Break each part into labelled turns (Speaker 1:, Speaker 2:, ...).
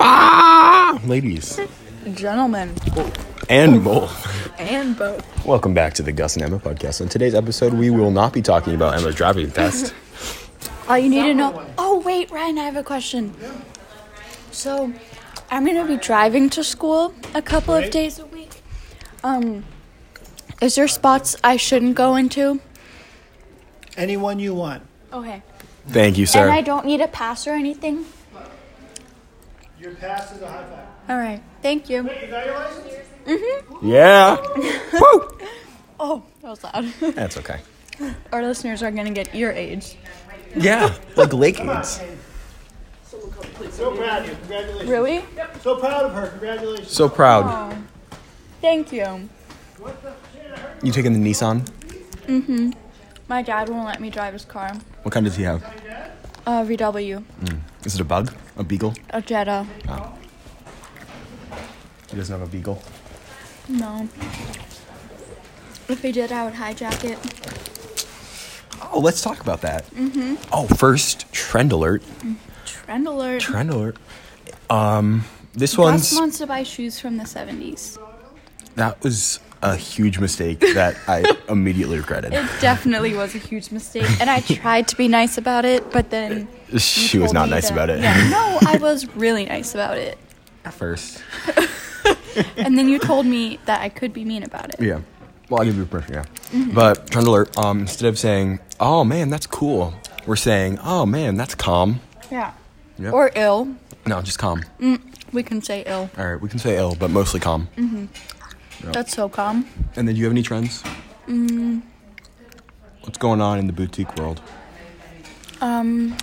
Speaker 1: Ah! ladies,
Speaker 2: Gentlemen.
Speaker 1: and both.
Speaker 2: And both.
Speaker 1: Welcome back to the Gus and Emma podcast. On today's episode, we will not be talking about Emma's driving test.
Speaker 2: All you need to know. Oh, wait, Ryan, I have a question. So, I'm going to be driving to school a couple of days a week. Um, is there spots I shouldn't go into?
Speaker 3: Anyone you want.
Speaker 2: Okay.
Speaker 1: Thank you,
Speaker 2: And I
Speaker 1: sir.
Speaker 2: don't need a pass or anything?
Speaker 3: Your pass is a high five.
Speaker 2: All right. Thank you.
Speaker 3: You got your license?
Speaker 1: Yeah. Woo.
Speaker 2: Oh, that was loud.
Speaker 1: That's okay.
Speaker 2: Our listeners are going to get your age.
Speaker 1: Yeah, like lake aids.
Speaker 3: So proud of you. Congratulations.
Speaker 2: Really?
Speaker 3: So proud of her. Congratulations.
Speaker 1: So proud.
Speaker 2: Oh. Thank you.
Speaker 3: What the shit? I heard
Speaker 1: You taking the Nissan?
Speaker 2: My dad won't let me drive his car.
Speaker 1: What kind does he have?
Speaker 3: my dad.
Speaker 2: Uh, VW.
Speaker 1: Is it a bug? A beagle? Oh.
Speaker 2: A Jetta.
Speaker 1: He doesn't have a beagle.
Speaker 2: No. If he did, I would hijack it.
Speaker 1: Oh, let's talk about that. Mm-hmm. Oh, first trend alert.
Speaker 2: Trend alert.
Speaker 1: Trend alert. Um, this
Speaker 2: Gus
Speaker 1: one's
Speaker 2: wants to buy shoes from the 70s.
Speaker 1: that was a huge mistake that I immediately regretted.
Speaker 2: It definitely was a huge mistake, and I tried to be nice about it, but then you
Speaker 1: Uh, She was
Speaker 2: told
Speaker 1: not
Speaker 2: me
Speaker 1: nice
Speaker 2: that-
Speaker 1: about it
Speaker 2: Yeah, no, I was really nice about it,
Speaker 1: at first.
Speaker 2: and then you told me that I could be mean about it.
Speaker 1: Yeah. Well, I'll give you a permission, yeah.
Speaker 2: Mm-hmm.
Speaker 1: But trend alert. Um, instead of saying, "Oh man, that's cool," we're saying, "Oh man, that's calm."
Speaker 2: Yeah.
Speaker 1: Yep.
Speaker 2: Or ill.
Speaker 1: No, just calm.
Speaker 2: Mm. We can say ill.
Speaker 1: All right, we can say ill, but mostly calm.
Speaker 2: Mm. That's so calm.
Speaker 1: And then, do you have any trends? Mm. What's going on in the boutique world?
Speaker 2: Um,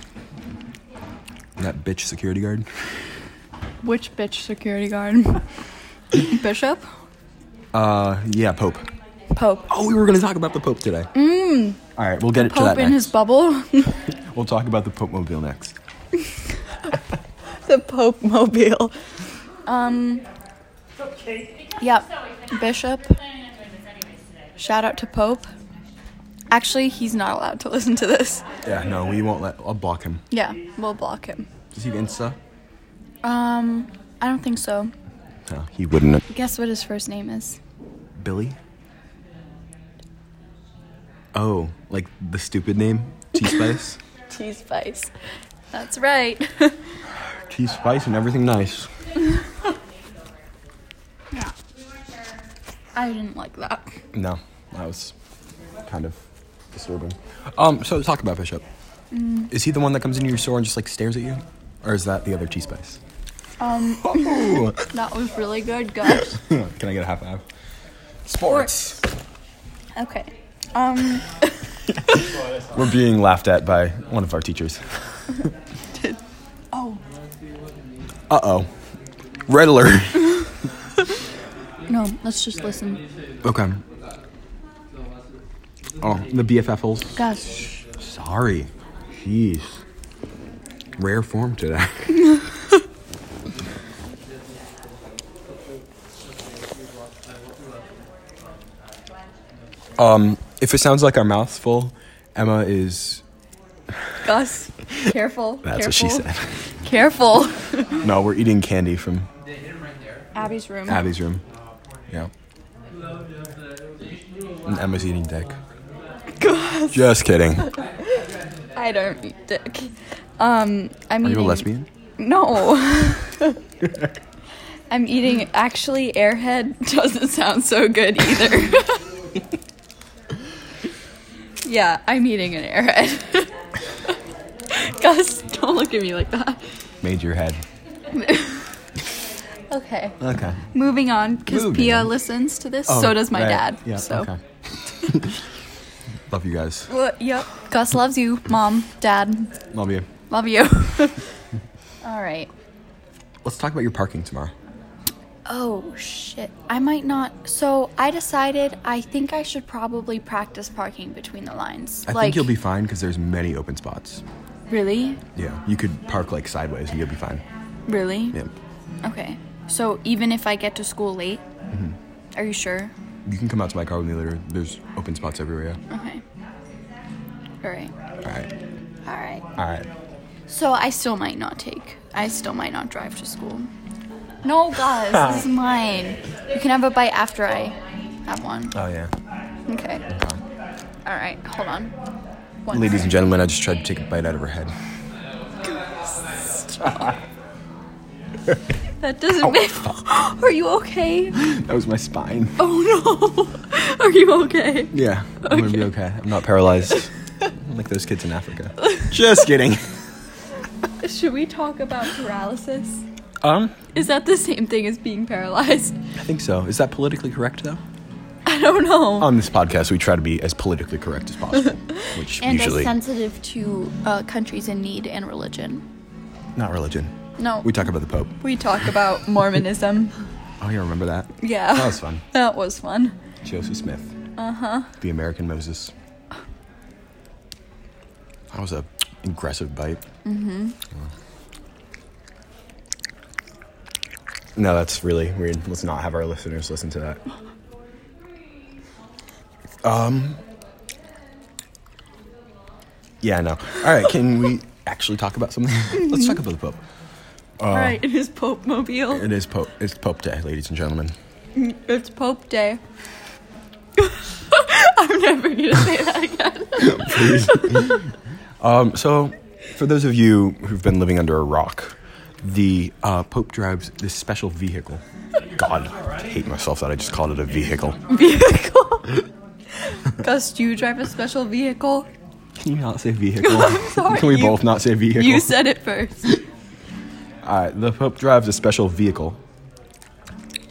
Speaker 1: That bitch security guard.
Speaker 2: which bitch security guard? Bishop?
Speaker 1: Uh, yeah, Pope.
Speaker 2: Pope.
Speaker 1: Oh, we were going to talk about the Pope today. Mm. All right, we'll get it to
Speaker 2: Pope
Speaker 1: that
Speaker 2: in
Speaker 1: next.
Speaker 2: his bubble.
Speaker 1: we'll talk about the Pope mobile next.
Speaker 2: the Pope mobile. Um, yep, Bishop. Shout out to Pope. Actually, he's not allowed to listen to this.
Speaker 1: Yeah, no, we won't let. I'll block him.
Speaker 2: Yeah, we'll block him.
Speaker 1: Does he have Insta?
Speaker 2: Um, I don't think so.
Speaker 1: No, he wouldn't.
Speaker 2: Guess what his first name is?
Speaker 1: Billy? Oh, like the stupid name? Cheese Spice?
Speaker 2: Cheese Spice. That's right.
Speaker 1: Cheese Spice and everything nice.
Speaker 2: I didn't like that.
Speaker 1: No, that was kind of disturbing. Um, so talk about Bishop.
Speaker 2: Mm.
Speaker 1: Is he the one that comes into your store and just like stares at you? Or is that the other Cheese Spice? Oh!
Speaker 2: Um,
Speaker 1: Ooh.
Speaker 2: that was really good, guys.
Speaker 1: Can I get a half half? Sports.
Speaker 2: Okay. Um,
Speaker 1: We're being laughed at by one of our teachers.
Speaker 2: oh,
Speaker 1: Uh oh. Red alert.
Speaker 2: no, let's just listen.
Speaker 1: okay. Oh, the BFF holes.
Speaker 2: Gosh.
Speaker 1: Sorry. Jeez. Rare form today. um, if it sounds like our mouth's full, Emma is.
Speaker 2: Gus, careful.
Speaker 1: That's
Speaker 2: careful,
Speaker 1: what she said.
Speaker 2: Careful.
Speaker 1: no, we're eating candy from
Speaker 2: Abby's room.
Speaker 1: Abby's room. Yeah. And Emma's eating dick. Just kidding. Are
Speaker 2: I don't eat dick. Um, I'm
Speaker 1: you a
Speaker 2: eating.
Speaker 1: lesbian?
Speaker 2: No. I'm eating. Actually, Airhead doesn't sound so good either. yeah, I'm eating an Airhead. Gus, don't look at me like that.
Speaker 1: Made your head.
Speaker 2: Okay.
Speaker 1: Okay.
Speaker 2: Moving on, because
Speaker 1: Moving
Speaker 2: Pia
Speaker 1: on.
Speaker 2: listens to this.
Speaker 1: Oh,
Speaker 2: so does my
Speaker 1: right.
Speaker 2: dad.
Speaker 1: Yeah.
Speaker 2: so.
Speaker 1: Okay. Love you guys.
Speaker 2: Well, yep. Gus loves you, mom, dad.
Speaker 1: Love you.
Speaker 2: Love you. All right.
Speaker 1: Let's talk about your parking tomorrow.
Speaker 2: Oh shit. I might not. So I decided I think I should probably practice parking between the lines.
Speaker 1: I think you'll be fine because there's many open spots.
Speaker 2: Really?
Speaker 1: Yeah, you could park like sideways and you'll be fine.
Speaker 2: Really?
Speaker 1: Yeah, Mm-hmm.
Speaker 2: Okay. So even if I get to school late? Are you sure?
Speaker 1: you can come out to my car with me later. There's open spots everywhere. Yeah.
Speaker 2: Okay. All right.
Speaker 1: All right.
Speaker 2: All right.
Speaker 1: All right.
Speaker 2: So I still might not take. I still might not drive to school. No, guys, this is mine. You can have a bite after I have one.
Speaker 1: Oh yeah.
Speaker 2: Okay. All right, hold on. One
Speaker 1: Ladies and gentlemen, I just tried to take a bite out of her head.
Speaker 2: second. That
Speaker 1: Oh.
Speaker 2: doesn't make. Are you okay?
Speaker 1: That was my spine.
Speaker 2: Oh no. Are you okay?
Speaker 1: Yeah, I'm gonna be okay. I'm not paralyzed. like those kids in Africa. Just kidding.
Speaker 2: Should we talk about paralysis?
Speaker 1: Um,
Speaker 2: Is that the same thing as being paralyzed?
Speaker 1: I think so. Is that politically correct though?
Speaker 2: I don't know.
Speaker 1: On this podcast, we try to be as politically correct as possible, which
Speaker 2: and
Speaker 1: usually
Speaker 2: as sensitive to uh, countries in need and religion.
Speaker 1: not religion.
Speaker 2: No.
Speaker 1: We talk about the Pope.
Speaker 2: We talk about Mormonism.
Speaker 1: Oh, you remember that?
Speaker 2: yeah.
Speaker 1: That was fun.
Speaker 2: That was fun.
Speaker 1: Joseph Smith. Uh huh. The American Moses. That was a aggressive bite. Mm-hmm. No, that's really weird. Let's not have our listeners listen to that. Um. Yeah, no. All right, can we actually talk about something? Let's talk about the Pope.
Speaker 2: All right, it is Pope Mobile.
Speaker 1: Uh. It is Pope. It's Pope Day, ladies and gentlemen.
Speaker 2: It's Pope Day. I'm never gonna say that again.
Speaker 1: Um, so, for those of you who've been living under a rock, the uh, Pope drives this special vehicle. God, I hate myself that I just called it a vehicle.
Speaker 2: Vehicle. Gus, do you drive a special vehicle?
Speaker 1: Can you not say vehicle?
Speaker 2: sorry,
Speaker 1: Can we
Speaker 2: you-
Speaker 1: both not say vehicle?
Speaker 2: You said it first.
Speaker 1: All right, the Pope drives a special vehicle.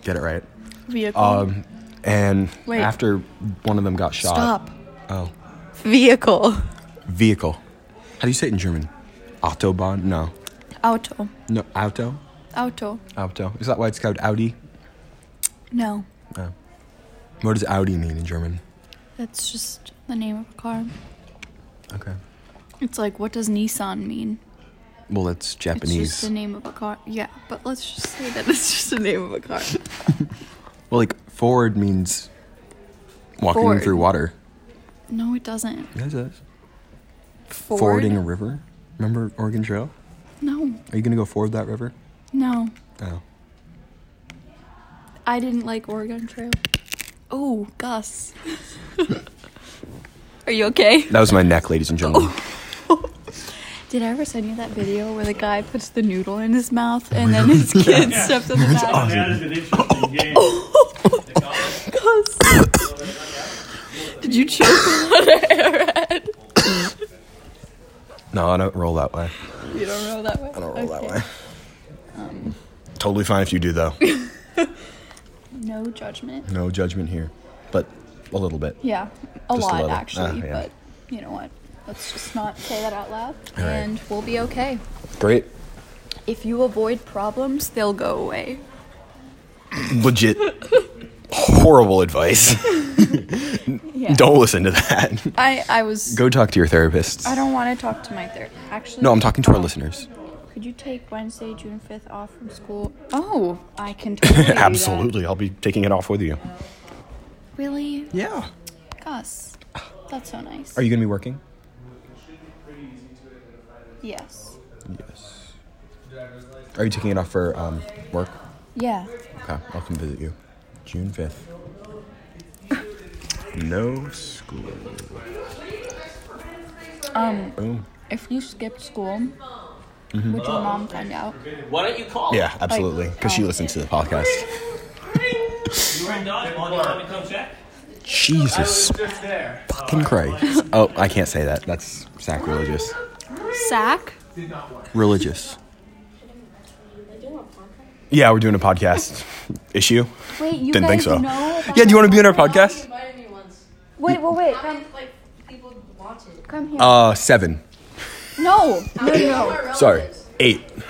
Speaker 1: Get it right.
Speaker 2: Vehicle.
Speaker 1: Um, and
Speaker 2: Wait.
Speaker 1: after one of them got shot.
Speaker 2: Stop.
Speaker 1: Oh,
Speaker 2: Vehicle.
Speaker 1: vehicle. How do you say it in German? Autobahn? No.
Speaker 2: Auto.
Speaker 1: No, Auto?
Speaker 2: Auto.
Speaker 1: Auto. Is that why it's called Audi?
Speaker 2: No.
Speaker 1: No. What does Audi mean in German?
Speaker 2: That's just the name of a car.
Speaker 1: Okay.
Speaker 2: It's like, what does Nissan mean?
Speaker 1: Well, it's
Speaker 2: It's
Speaker 1: Japanese.
Speaker 2: just the name of a car. Yeah, but let's just say that it's just the name of a car.
Speaker 1: well, like forward means walking
Speaker 2: Ford.
Speaker 1: through water.
Speaker 2: No, it doesn't.
Speaker 1: Yes, yes.
Speaker 2: Ford?
Speaker 1: Forwarding a river. Remember Oregon Trail?
Speaker 2: No,
Speaker 1: Are you gonna go forward that river?
Speaker 2: no.
Speaker 1: Oh,
Speaker 2: I didn't like Oregon Trail. Oh, Gus. Are you okay?
Speaker 1: that was my neck, ladies and gentlemen.
Speaker 2: Oh. Did I ever send you that video where the guy puts the noodle in his mouth and then his kid steps on the
Speaker 1: Oh,
Speaker 2: back?
Speaker 3: That is an interesting game.
Speaker 2: Gus. Did you choke on an arrowhead?
Speaker 1: No, I don't roll that way.
Speaker 2: You don't roll that way?
Speaker 1: I don't roll that way.
Speaker 2: Um.
Speaker 1: totally fine if you do, though.
Speaker 2: No judgment.
Speaker 1: no judgment here, but a little bit.
Speaker 2: Yeah, a
Speaker 1: Just a
Speaker 2: lot
Speaker 1: little.
Speaker 2: actually,
Speaker 1: Ah, yeah.
Speaker 2: but you know what? Let's just not say that out loud,
Speaker 1: All right.
Speaker 2: and we'll be okay.
Speaker 1: Great.
Speaker 2: If you avoid problems, they'll go away.
Speaker 1: Legit. Horrible advice.
Speaker 2: Yeah.
Speaker 1: Don't listen to that.
Speaker 2: I I was.
Speaker 1: Go talk to your therapist.
Speaker 2: I don't want to talk to my therapist. Actually,
Speaker 1: No, I'm talking to our listeners.
Speaker 2: Could you take Wednesday, June fifth, off from school? Oh, I can totally. do that.
Speaker 1: Absolutely. I'll be taking it off with you.
Speaker 2: Really,
Speaker 1: Yeah.
Speaker 2: Gus? That's so nice.
Speaker 1: Are you going to be working?
Speaker 2: Yes.
Speaker 1: Yes. Are you taking it off for um, work?
Speaker 2: Yeah.
Speaker 1: Okay, I'll come visit you. June 5th. No school.
Speaker 2: Um,
Speaker 1: Boom.
Speaker 2: if you skipped school,
Speaker 1: Mm-hmm.
Speaker 2: would your mom find out?
Speaker 4: Why don't you call?
Speaker 1: Yeah, absolutely. Because she
Speaker 2: oh.
Speaker 1: listens to the podcast.
Speaker 4: You were in dodgeball. You want me to come check?
Speaker 1: Jesus
Speaker 3: Just there.
Speaker 1: fucking Christ. Oh, I can't say that. That's sacrilegious.
Speaker 2: Sack.
Speaker 1: Religious. Yeah, we're doing a podcast. Issue?
Speaker 2: Wait, you
Speaker 1: Didn't think
Speaker 2: guys
Speaker 1: so.
Speaker 2: know about-
Speaker 1: Yeah, do you want to be on our podcast?
Speaker 5: invited me once.
Speaker 2: Wait, well, wait.
Speaker 5: How
Speaker 2: Come,
Speaker 5: many like people watch it?
Speaker 2: come here.
Speaker 1: Uh, seven.
Speaker 2: no, no, no.
Speaker 1: Sorry, eight.
Speaker 2: It's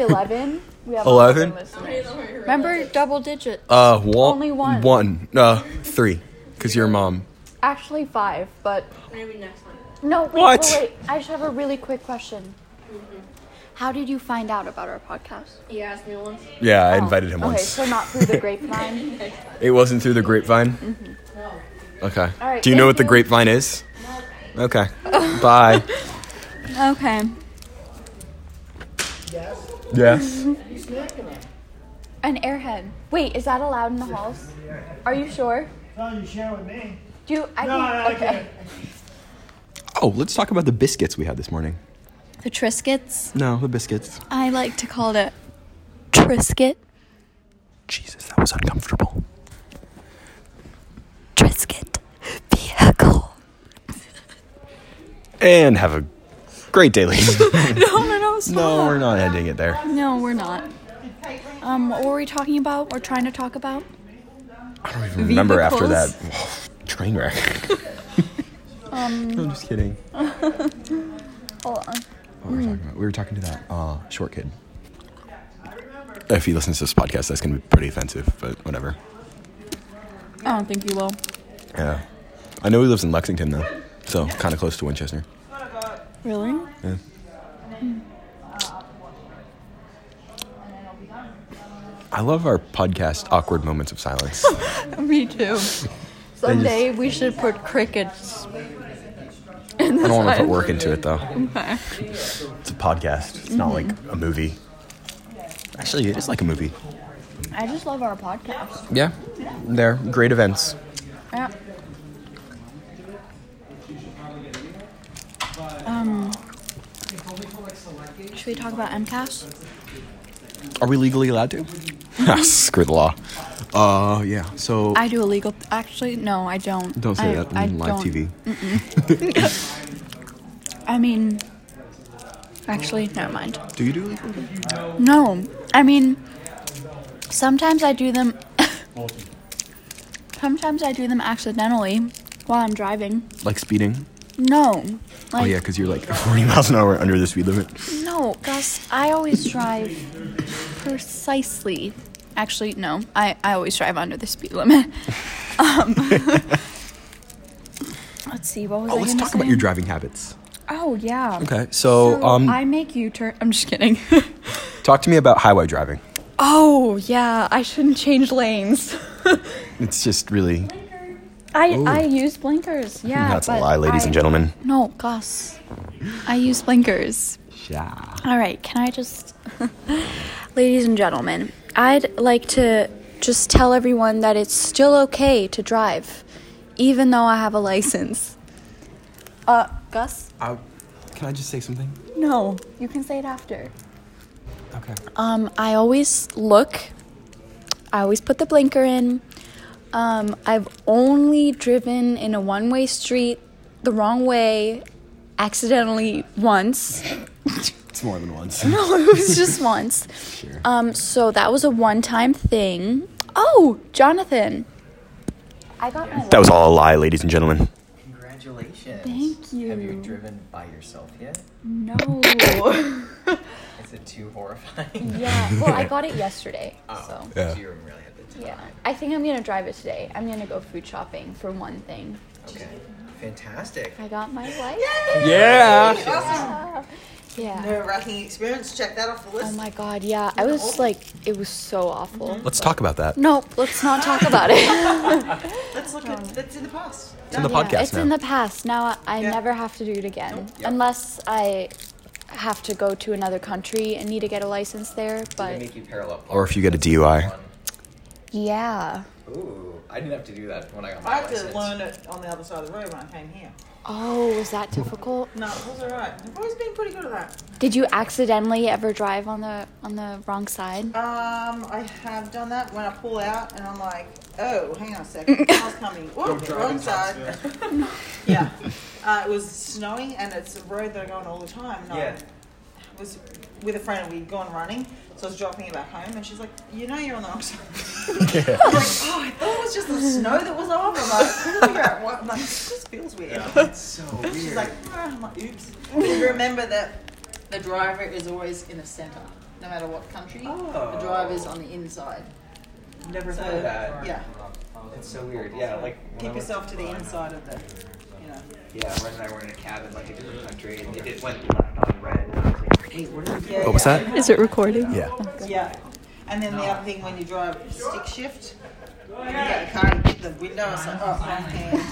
Speaker 2: 11. We have
Speaker 1: 11?
Speaker 2: 11 listeners. Remember double digit?
Speaker 1: Uh, one.
Speaker 2: Only one.
Speaker 1: One. Uh, three. Because your mom.
Speaker 2: Actually 5, but
Speaker 5: Maybe next time.
Speaker 2: no, wait,
Speaker 1: What?
Speaker 2: wait, wait. I just have a really quick question. How did you find out about our podcast?
Speaker 5: He asked me once.
Speaker 1: Yeah, I invited him
Speaker 2: Oh, okay,
Speaker 1: once.
Speaker 2: so not through the grapevine.
Speaker 1: It wasn't through the grapevine? Okay.
Speaker 2: Mm-hmm. right,
Speaker 1: Do you know
Speaker 2: thank
Speaker 1: what the
Speaker 2: you.
Speaker 1: grapevine is? Okay. Bye.
Speaker 2: okay.
Speaker 1: Yes.
Speaker 2: An airhead. Wait, is that allowed in the halls? Are you sure?
Speaker 3: No, you share with me.
Speaker 2: Do you, I
Speaker 3: No,
Speaker 2: think
Speaker 3: no, I
Speaker 2: okay.
Speaker 3: can't.
Speaker 1: Oh, let's talk about the biscuits we had this morning.
Speaker 2: The Triscuits.
Speaker 1: No, the biscuits.
Speaker 2: I like to call it Triscuit.
Speaker 1: Jesus, that was uncomfortable.
Speaker 2: Triscuit vehicle.
Speaker 1: And have a great day, ladies.
Speaker 2: No, no, no. Stop.
Speaker 1: no, we're not ending it there.
Speaker 2: No, we're not. Um, what were we talking about or trying to talk about?
Speaker 1: I don't even remember after that
Speaker 2: Vehicles.
Speaker 1: train wreck. I'm just kidding. What
Speaker 2: Hold on.
Speaker 1: were we talking about? We were talking to that uh, short kid. If he listens to this podcast, that's going to be pretty offensive, but whatever.
Speaker 2: I don't think you will.
Speaker 1: Yeah. I know he lives in Lexington, though, so kind of close to Winchester.
Speaker 2: Really?
Speaker 1: Yeah. I love our podcast, Awkward Moments of Silence.
Speaker 2: Me too. Someday we should put crickets. In
Speaker 1: I
Speaker 2: the
Speaker 1: don't want to put
Speaker 2: side.
Speaker 1: work into it though. It's a podcast. It's not like
Speaker 2: Mm-hmm.
Speaker 1: a movie. Actually, it is like a movie.
Speaker 2: I just love our podcast.
Speaker 1: Yeah, they're great events.
Speaker 2: Yeah. Um. Should we talk about MCAS?
Speaker 1: Are we legally allowed to? Ha, Ah, Screw the law. Uh, yeah. So
Speaker 2: I do illegal. Actually, no, I don't.
Speaker 1: don't say
Speaker 2: I,
Speaker 1: that on
Speaker 2: I
Speaker 1: live
Speaker 2: don't. Mm.
Speaker 1: TV.
Speaker 2: I mean, actually, never mind.
Speaker 1: Do you do legal?
Speaker 2: No, I mean, sometimes I do them. sometimes I do them accidentally while I'm driving.
Speaker 1: Like speeding?
Speaker 2: No, like
Speaker 1: Oh yeah, because you're like 40 miles an hour under the speed limit.
Speaker 2: no, Gus. I always drive precisely. Actually, no, I I always drive under the speed limit. um, let's see. What was
Speaker 1: Oh,
Speaker 2: I
Speaker 1: let's
Speaker 2: gonna
Speaker 1: talk
Speaker 2: say?
Speaker 1: about your driving habits.
Speaker 2: Oh yeah.
Speaker 1: Okay, so, um,
Speaker 2: I make you turn. I'm just kidding.
Speaker 1: talk to me about highway driving.
Speaker 2: oh yeah, I shouldn't change lanes.
Speaker 1: It's just really
Speaker 2: I,
Speaker 1: Ooh.
Speaker 2: I use blinkers. Yeah,
Speaker 1: that's a
Speaker 2: but
Speaker 1: lie, ladies
Speaker 2: I-
Speaker 1: and gentlemen.
Speaker 2: No, Gus, I use blinkers.
Speaker 1: Yeah.
Speaker 2: All right, can I just, ladies and gentlemen, I'd like to just tell everyone that it's still okay to drive, even though I have a license. Uh, Gus,
Speaker 1: Uh, can I just say something?
Speaker 2: no, you can say it after.
Speaker 1: Okay.
Speaker 2: Um, I always look. I always put the blinker in. Um, I've only driven in a one-way street the wrong way accidentally once.
Speaker 1: It's more than once.
Speaker 2: No, it was just once.
Speaker 1: Sure.
Speaker 2: Um, so that was a one-time thing. Oh, Jonathan. I got my
Speaker 1: That was all a lie, ladies and gentlemen.
Speaker 6: Congratulations.
Speaker 2: Thank you.
Speaker 6: Have you driven by yourself yet?
Speaker 2: No.
Speaker 6: Is it too horrifying?
Speaker 2: yeah. Well, I got it yesterday.
Speaker 6: Oh.
Speaker 2: So.
Speaker 1: Yeah.
Speaker 6: So you haven't really had the time.
Speaker 2: Yeah. I think I'm going to drive it today. I'm going to go food shopping for one thing.
Speaker 6: Okay. Fantastic.
Speaker 2: I got my license.
Speaker 1: Yeah.
Speaker 2: Yeah.
Speaker 7: Nerve wracking experience. Check that off the
Speaker 2: Oh
Speaker 7: list.
Speaker 2: my god, yeah. I was like, it was so awful.
Speaker 6: Mm-hmm.
Speaker 1: Let's talk about that.
Speaker 2: No, let's not talk about it.
Speaker 7: Let's look at that's in the past.
Speaker 1: It's in the
Speaker 2: Yeah,
Speaker 1: podcast
Speaker 2: it's
Speaker 1: now.
Speaker 2: in the past. Now I, I
Speaker 7: Yeah.
Speaker 2: never have to do it again.
Speaker 6: yeah.
Speaker 2: Unless I have to go to another country and need to get a license there.
Speaker 6: They
Speaker 2: But
Speaker 6: make you parallel park.
Speaker 1: or if you get a DUI.
Speaker 2: yeah.
Speaker 6: Ooh, I didn't have to do that when I got my
Speaker 7: I had to
Speaker 6: license.
Speaker 7: learn it on the other side of the road when I came here.
Speaker 2: Oh, was that difficult?
Speaker 7: No, it was alright. I've always been pretty good at that.
Speaker 2: Did you accidentally ever drive on the on the wrong side?
Speaker 7: Um, I have done that when I pull out and I'm like, oh, hang on a second, car's coming. Whoa, wrong side. yeah. Uh, it was snowing and it's a road that I go on all the time. And
Speaker 6: Yeah.
Speaker 7: I was with a friend and we'd gone running, so I was dropping her back home and she's like, you know you're on the wrong side. I'm like, oh, I thought it was just the snow that was off. I'm like, couldn't figure out what. I'm like, this just feels weird.
Speaker 6: It's so
Speaker 7: She's
Speaker 6: weird.
Speaker 7: like, "Ah," I'm like, oops. Remember that the driver is always in the center, no matter what country.
Speaker 6: Oh.
Speaker 7: The driver's on the inside.
Speaker 6: never
Speaker 7: So,
Speaker 6: thought of that.
Speaker 7: yeah,
Speaker 6: It's so weird. Yeah, like when I
Speaker 7: keep
Speaker 6: went-
Speaker 7: yourself to the inside of the, you know.
Speaker 6: Yeah, Ren and I were in a cab in like a different country, and it, it went left on red, and I was like, "Hey, what are we doing?"
Speaker 7: Yeah,
Speaker 1: What was
Speaker 7: yeah.
Speaker 1: that?
Speaker 2: Is it recording?
Speaker 1: Yeah.
Speaker 7: Yeah. And then the other thing when you drive stick shift, when you get the car, you hit the window, it's like, oh, wrong hand.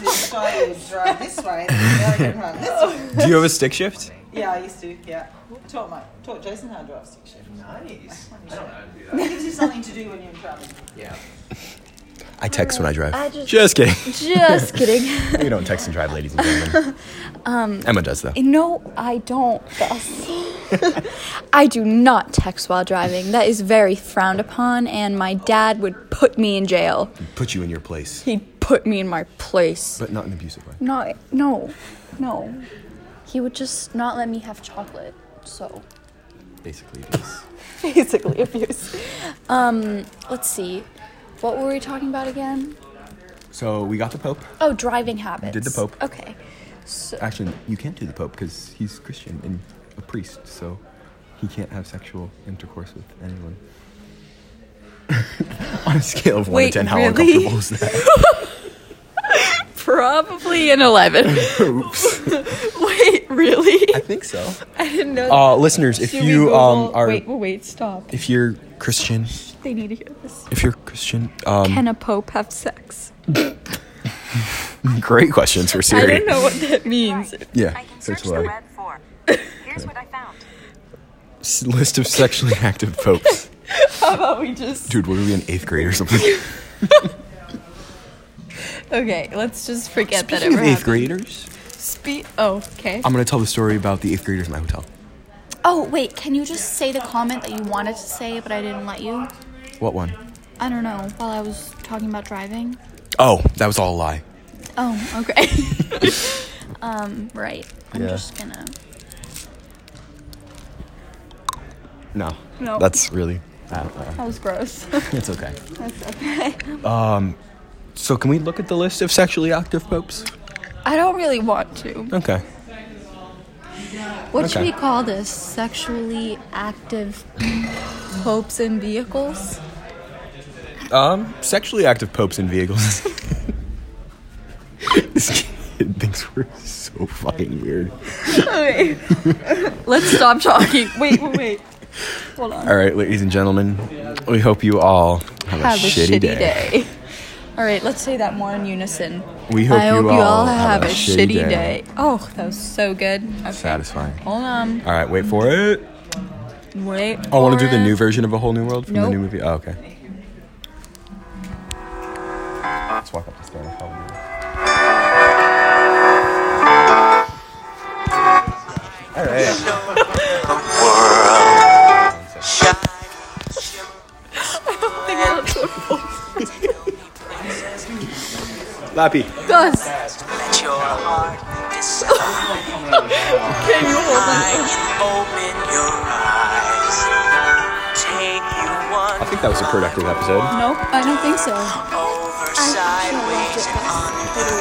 Speaker 7: This is why you drive this way, the other drive this way.
Speaker 1: Do you have a stick shift?
Speaker 7: Yeah, I used to. Yeah, taught my taught Jason how to drive stick shift.
Speaker 6: Nice. I don't know how to do
Speaker 7: It
Speaker 6: that.
Speaker 7: gives you something to do when you're in trouble.
Speaker 6: Yeah.
Speaker 1: I text when I drive.
Speaker 2: I just-
Speaker 1: Just kidding.
Speaker 2: Just kidding.
Speaker 1: we don't text and drive, ladies and gentlemen. um, Emma does though.
Speaker 2: No, I don't. Gus. I do not text while driving. That is very frowned upon, and my dad would put me in jail.
Speaker 1: Put you in your place,
Speaker 2: He'd put me in my place.
Speaker 1: but not in an abusive way.
Speaker 2: No, no, no. He would just not let me have chocolate. So
Speaker 1: Basically, it is.
Speaker 2: basically abuse. Um, let's see. What were we talking about again?
Speaker 1: So we got the Pope.
Speaker 2: Oh, driving habits.
Speaker 1: Did the Pope.
Speaker 2: Okay. So
Speaker 1: Actually, you can't do the Pope because he's Christian and a priest, so he can't have sexual intercourse with anyone. On a scale of one
Speaker 2: Wait,
Speaker 1: to ten, how
Speaker 2: really?
Speaker 1: uncomfortable is that?
Speaker 2: probably an 11.
Speaker 1: Oops.
Speaker 2: Wait, really?
Speaker 1: I think so.
Speaker 2: I didn't know.
Speaker 1: Uh, listeners, if
Speaker 7: Should we
Speaker 1: you um
Speaker 7: Google-
Speaker 1: are
Speaker 2: wait, wait, stop.
Speaker 1: if you're Christian,
Speaker 2: They need to hear this.
Speaker 1: if you're Christian, um,
Speaker 2: Can a pope have sex?
Speaker 1: great questions for Siri.
Speaker 2: I don't know what that means.
Speaker 1: Yeah,
Speaker 8: I can
Speaker 1: search
Speaker 8: search
Speaker 1: the
Speaker 8: the
Speaker 1: web.
Speaker 8: web for. Here's what I found.
Speaker 1: S- list of sexually active popes.
Speaker 2: How about we just
Speaker 1: Dude, what are we in eighth grade or something?
Speaker 2: okay? Let's just forget that
Speaker 1: Speaking
Speaker 2: it
Speaker 1: of eighth
Speaker 2: happened.
Speaker 1: graders,
Speaker 2: Spe- oh, okay.
Speaker 1: I'm gonna tell the story about the eighth graders in my hotel.
Speaker 2: oh wait, can you just say the comment that you wanted to say but I didn't let you?
Speaker 1: What one?
Speaker 2: I don't know. While I was talking about driving.
Speaker 1: Oh, that was all a lie.
Speaker 2: Oh, okay. um, right. I'm
Speaker 1: Yeah.
Speaker 2: just gonna.
Speaker 1: No.
Speaker 2: No.
Speaker 1: That's really. I don't know.
Speaker 2: That was gross.
Speaker 1: It's okay. That's okay. Um, so can we look at the list of sexually active popes?
Speaker 2: I don't really want to.
Speaker 1: Okay.
Speaker 2: What should
Speaker 1: Okay.
Speaker 2: we call this? Sexually active popes and vehicles?
Speaker 1: Um, sexually active popes in vehicles. this kid thinks we're so fucking weird.
Speaker 2: Okay. Let's stop talking. Wait, wait, wait. Hold on.
Speaker 1: All right, ladies and gentlemen, we hope you all have,
Speaker 2: Have
Speaker 1: a, shitty, day.
Speaker 2: All right, let's say that more in unison.
Speaker 1: We hope
Speaker 2: I
Speaker 1: you
Speaker 2: hope you
Speaker 1: all
Speaker 2: all have, a shitty day.
Speaker 1: day.
Speaker 2: Oh, that was so good. Okay.
Speaker 1: Satisfying.
Speaker 2: Hold on.
Speaker 1: All right, wait for it. I
Speaker 2: Wait.
Speaker 1: want to
Speaker 2: for
Speaker 1: Oh, do the
Speaker 2: it.
Speaker 1: new version of A Whole New World from the new
Speaker 2: Nope.
Speaker 1: movie. Oh, okay. Let's walk up the stairs. Probably. All right. Lappy.
Speaker 2: Gus,
Speaker 9: Let your heart decide.
Speaker 2: can you hold
Speaker 9: Open your eyes. Take you one
Speaker 1: I think that was a productive episode.
Speaker 2: on? Nope, I don't think so.
Speaker 9: over sideways and under.